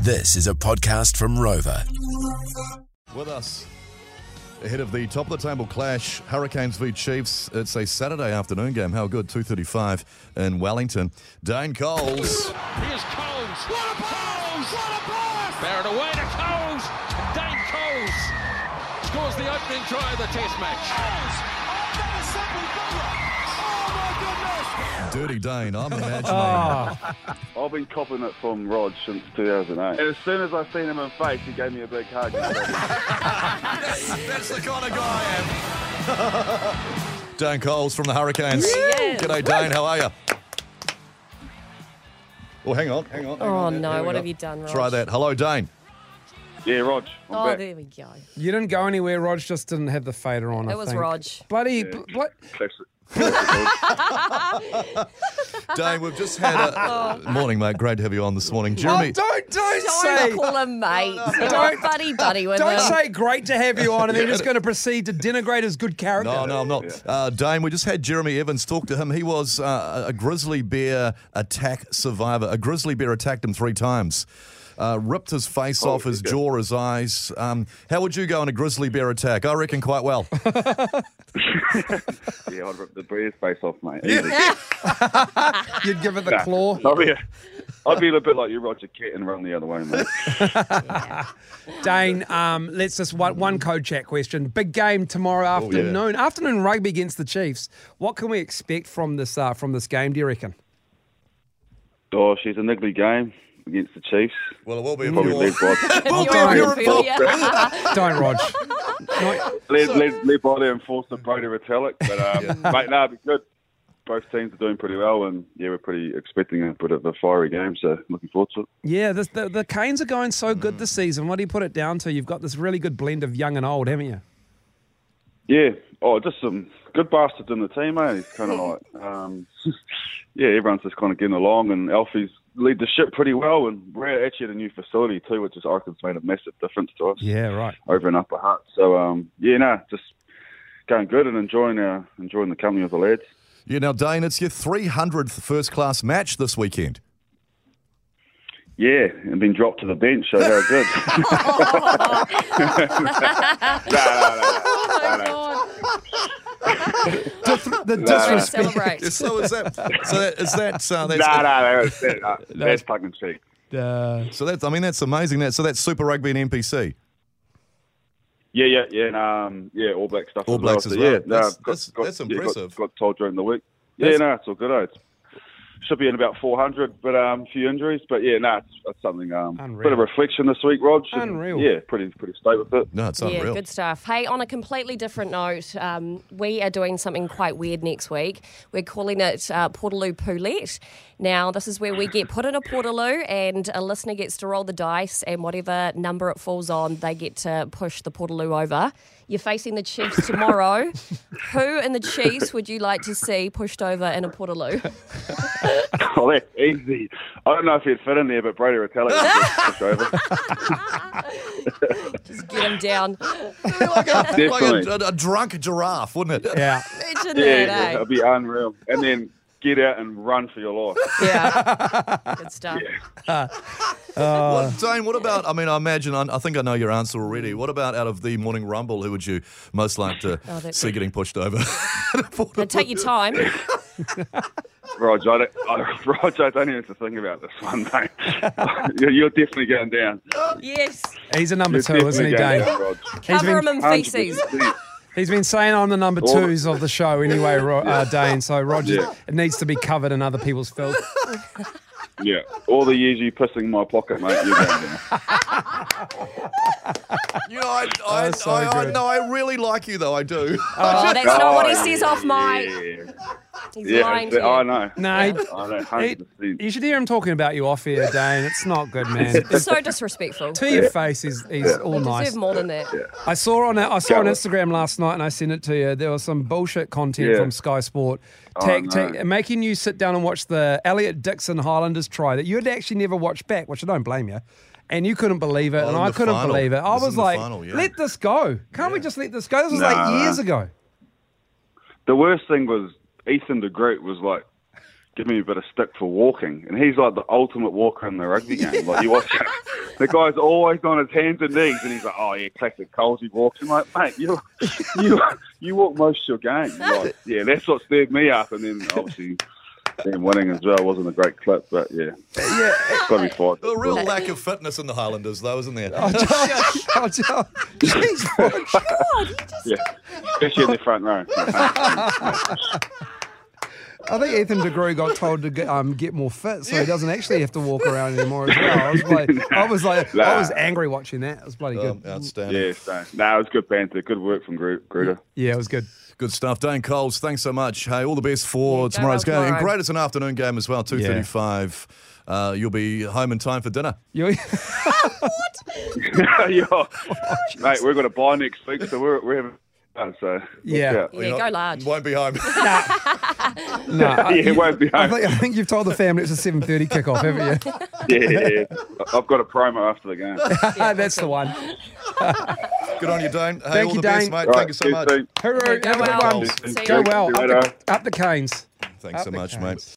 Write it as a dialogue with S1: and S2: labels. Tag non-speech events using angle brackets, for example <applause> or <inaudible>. S1: This is a podcast from Rover.
S2: With us, ahead of the top of the table clash, Hurricanes v Chiefs. It's a Saturday afternoon game. How good? Two thirty-five in Wellington. Dane Coles.
S3: Here's Coles. What a pass! What a pass! Barrett away to Coles. Dane Coles scores the opening try of the Test match.
S2: Dirty Dane. I'm imagining.
S4: I've been copping it from Rod since 2008. And as soon as I seen him in face, he gave me a big hug.
S2: That's the kind of guy I am. <laughs> Dane Coles from the Hurricanes. G'day, Dane. How are you? Oh, hang on, hang on. hang
S5: Oh,
S2: on.
S5: no,
S2: Here we
S5: what
S2: go.
S5: have you done, Rog?
S2: Try that. Hello, Dane.
S4: <laughs> yeah, Rod, I'm
S5: Oh,
S4: back.
S5: there we go.
S6: You didn't go anywhere. Rog just didn't have the fader on. I
S5: It was
S6: think.
S5: Rog.
S6: Bloody, bl- blo-
S4: Classic.
S2: Dane, we've just had
S5: <laughs>
S2: a morning, mate. Great to have you on this morning,
S6: oh,
S2: Jeremy.
S6: don't don't
S5: Don't
S6: say
S5: call him mate. Don't
S6: Don't-
S5: buddy buddy with
S6: don't
S5: him.
S6: say great to have you on, and then just going to proceed to denigrate his good character.
S2: No, no, I'm not. Uh, Dane, we just had Jeremy Evans talk to him. He was uh, a grizzly bear attack survivor. A grizzly bear attacked him three times, uh, ripped his face off, his jaw, his eyes. Um, how would you go in a grizzly bear attack? I reckon quite well.
S4: Yeah, I'd rip the breeze face off, mate. <laughs>
S6: You'd give it the claw.
S4: I'd, be, I'd be a bit like you, Roger Kett, and run the other way, <laughs> mate.
S6: Dane, um, let's just one, one code chat question. Big game tomorrow afternoon. Afternoon rugby against the Chiefs. What can we expect from this uh, from this game? Do you reckon?
S4: oh, she's a niggly game against the Chiefs.
S2: Well, it will be a
S4: Probably led
S2: <laughs>
S4: <laughs> by,
S5: If
S2: Well,
S5: you're
S6: you're
S5: on
S2: a
S5: field, yeah.
S2: <laughs>
S6: Don't, Rog. No,
S4: led, led, led by the enforcer, Brody Retallick. But, um, <laughs> mate, no, it'd be good. Both teams are doing pretty well, and yeah, we're pretty expecting a bit of a fiery game, so looking forward to it.
S6: yeah, this, the the Canes are going so
S4: Mm.
S6: good this season. What do you put it down to? You've got this really good blend of young and old, haven't you?
S4: Yeah. Oh, just some good bastards in the team, eh?
S6: Hmm.
S4: It's kind of like, um, <laughs> yeah, everyone's just kind of getting along, and Alfie's lead the ship pretty well, and we're actually at a new facility too, which is I reckon's made a massive difference to us
S6: Yeah, right.
S4: over in Upper Hutt. So, um, yeah, no, just going good and enjoying our enjoying the company of the lads.
S2: Yeah, now, Dane, it's your 300th first class match this weekend.
S4: Yeah, and been dropped to the bench, so how
S6: <laughs>
S4: good. <laughs>
S5: Oh, God.
S6: The
S5: Let's
S6: disrespect.
S5: Celebrate.
S2: <laughs> So is that? So that, is that? Uh, that's,
S4: no, no, that's, that, that's tongue in cheek.
S2: So that's. I mean, that's amazing. That. So that's Super Rugby and NPC.
S4: Yeah, yeah, yeah, and um, yeah, All Black stuff.
S2: All Blacks
S4: so,
S2: as well.
S4: Yeah, no,
S2: That's-
S4: got-
S2: that's-
S4: got-
S2: that's
S4: yeah,
S2: impressive.
S4: got, got told during the week. Yeah, no, it's all good. eh? It's, should be in about 400, but um, a few injuries. But yeah, no, it's, it's something. Um, bit
S6: Unreal.
S4: of reflection this week, Rog. and
S6: Unreal.
S4: Yeah, pretty pretty stay with it. <laughs>
S2: No, it's
S5: Yeah,
S2: unreal.
S5: good stuff. Hey, on a completely different note, um, we are doing something quite weird next week. We're calling it uh, Portaloo Poulette. Now, this is where we get put in a Portaloo and a listener gets to roll the dice, and whatever number it falls on, they get to push the Portaloo over. You're facing the
S6: <laughs>
S5: Chiefs tomorrow. Who in the Chiefs would you like to see pushed over in a Portaloo?
S4: Oh, that's easy. I don't know if he'd fit in there, but Brady Retallick
S6: <laughs>
S4: would push over.
S5: Just get them <laughs> down.
S2: like
S5: <laughs>
S2: a, like
S4: Definitely.
S2: a, a, a drunk giraffe, wouldn't it?
S6: Yeah.
S5: Imagine
S4: Yeah,
S5: that, eh?
S4: it'd be unreal. And then get out and run for your life.
S5: Yeah. Good stuff.
S2: <laughs>
S6: Uh.
S2: What, Dane, what about? I mean, I imagine, I, I think I know your answer already. What about out of the morning rumble, who would you most like to
S5: <laughs> Oh, that's-
S2: see getting pushed over? <laughs>
S5: But take your time.
S4: Rog, I don't, I, <laughs> Rog, I don't even have to think about this one, mate. <laughs> You're- You're definitely going down.
S5: Yes.
S6: He's a number
S4: You're
S6: two, isn't
S4: definitely
S6: he,
S4: going
S6: Dane?
S4: down, Rog.
S6: He's
S5: Cover
S6: been- Oh,
S5: them in feces.
S4: 100%.
S6: He's been saying I'm the number
S4: Well-
S6: twos of the show anyway, Ro- uh, Dane. So Roger,
S4: Yeah.
S6: it needs to be covered in other people's
S4: <laughs>
S6: filth.
S4: Yeah, all the years you pissing my pocket, mate. You're going down.
S2: You know, I, I,
S6: was so
S2: I, I,
S6: good.
S2: no, I really like you though. I
S6: <laughs>
S2: do.
S5: Oh, that's not what he
S4: Oh,
S5: says off
S4: Yeah,
S5: mic. He's
S4: yeah. Oh,
S5: lying to
S4: that-
S5: you.
S4: I know.
S6: No,
S4: I know,
S6: he-
S4: hundred
S6: he- you
S4: percent.
S6: should hear him talking about you off air, Dane. It's not good,
S4: <laughs>
S6: man.
S5: So disrespectful.
S6: to your face, he's, he's all
S5: You
S6: nice.
S5: deserve more than that.
S6: I saw on a, I saw on
S4: Go.
S6: Instagram last night, and I sent it to you. There was some bullshit content
S4: Yeah. Oh,
S6: from Sky Sport, ta-
S4: no.
S6: ta- making you sit down and watch the Elliot Dixon Highlanders try that you had actually never watched back, which I don't blame you. And you couldn't believe it,
S2: Oh,
S6: and
S2: in
S6: I
S2: the
S6: couldn't
S2: final.
S6: believe it. I
S2: It was
S6: was,
S2: in the
S6: like,
S2: final, yeah.
S6: "Let this go! Can't we just let this go? This was
S4: Nah.
S6: like years ago."
S4: The worst thing was Ethan de Groot was like, "Give me a bit of stick for walking," and he's like the ultimate walker in the rugby game. Like you watch, the guy's always on his hands and knees, and he's like, "Oh yeah, classic Coles." He walks. I'm like, "Mate, you you you walk most of your game." Like, yeah, that's what stirred me up, and then obviously. Them winning as well wasn't a great clip, but yeah, yeah, probably fine.
S2: A real lack of fitness in the Highlanders, though, isn't there?
S7: <laughs> Oh, John. Jeez, Roach.
S4: yeah, especially in the front row. <laughs>
S7: I think Ethan DeGruy got told to get, um, get more fit, so he doesn't actually have to walk around anymore as well. I was like, I was, like, I was angry watching that. It was bloody
S2: Um,
S7: good.
S2: outstanding.
S4: yeah, so no, it was good banter, good work from Gru- Gruder.
S7: Yeah, it was good.
S2: Good stuff. Dane Coles, thanks so much. Hey, all the best for
S5: Yeah, go
S2: tomorrow's
S5: well
S2: game. And
S5: tomorrow.
S2: great, it's an afternoon game as well, 2.35. Uh, you'll be home in time for dinner.
S7: You- <laughs>
S4: <laughs> yeah.
S2: Oh,
S4: Mate, we're going to buy next week, so we're, we're having fun. So,
S7: Yeah.
S5: Yeah, go large.
S2: Won't be home. <laughs>
S4: <laughs>
S7: no, I,
S4: Yeah, it won't be
S7: I
S4: home.
S7: think, I think you've told the family it's a 7.30
S5: <laughs>
S7: kickoff, haven't you?
S4: Yeah, yeah, yeah. I've got a promo after
S2: <laughs>
S4: the game.
S7: <laughs> That's the one.
S2: Good on you, Dane. Hey, all
S7: Thank you,
S2: the best,
S7: Dane.
S2: mate.
S4: All
S2: Thank
S4: right,
S2: you so
S4: see
S2: much.
S4: soon.
S7: Hooroo.
S5: Okay, go
S7: Have a good
S5: well.
S7: one.
S5: See
S7: Go
S5: you.
S7: well.
S4: See you
S7: Up the,
S4: later.
S7: up the Canes.
S2: Thanks
S7: Up
S2: so
S7: the
S2: much,
S7: Canes.
S2: mate.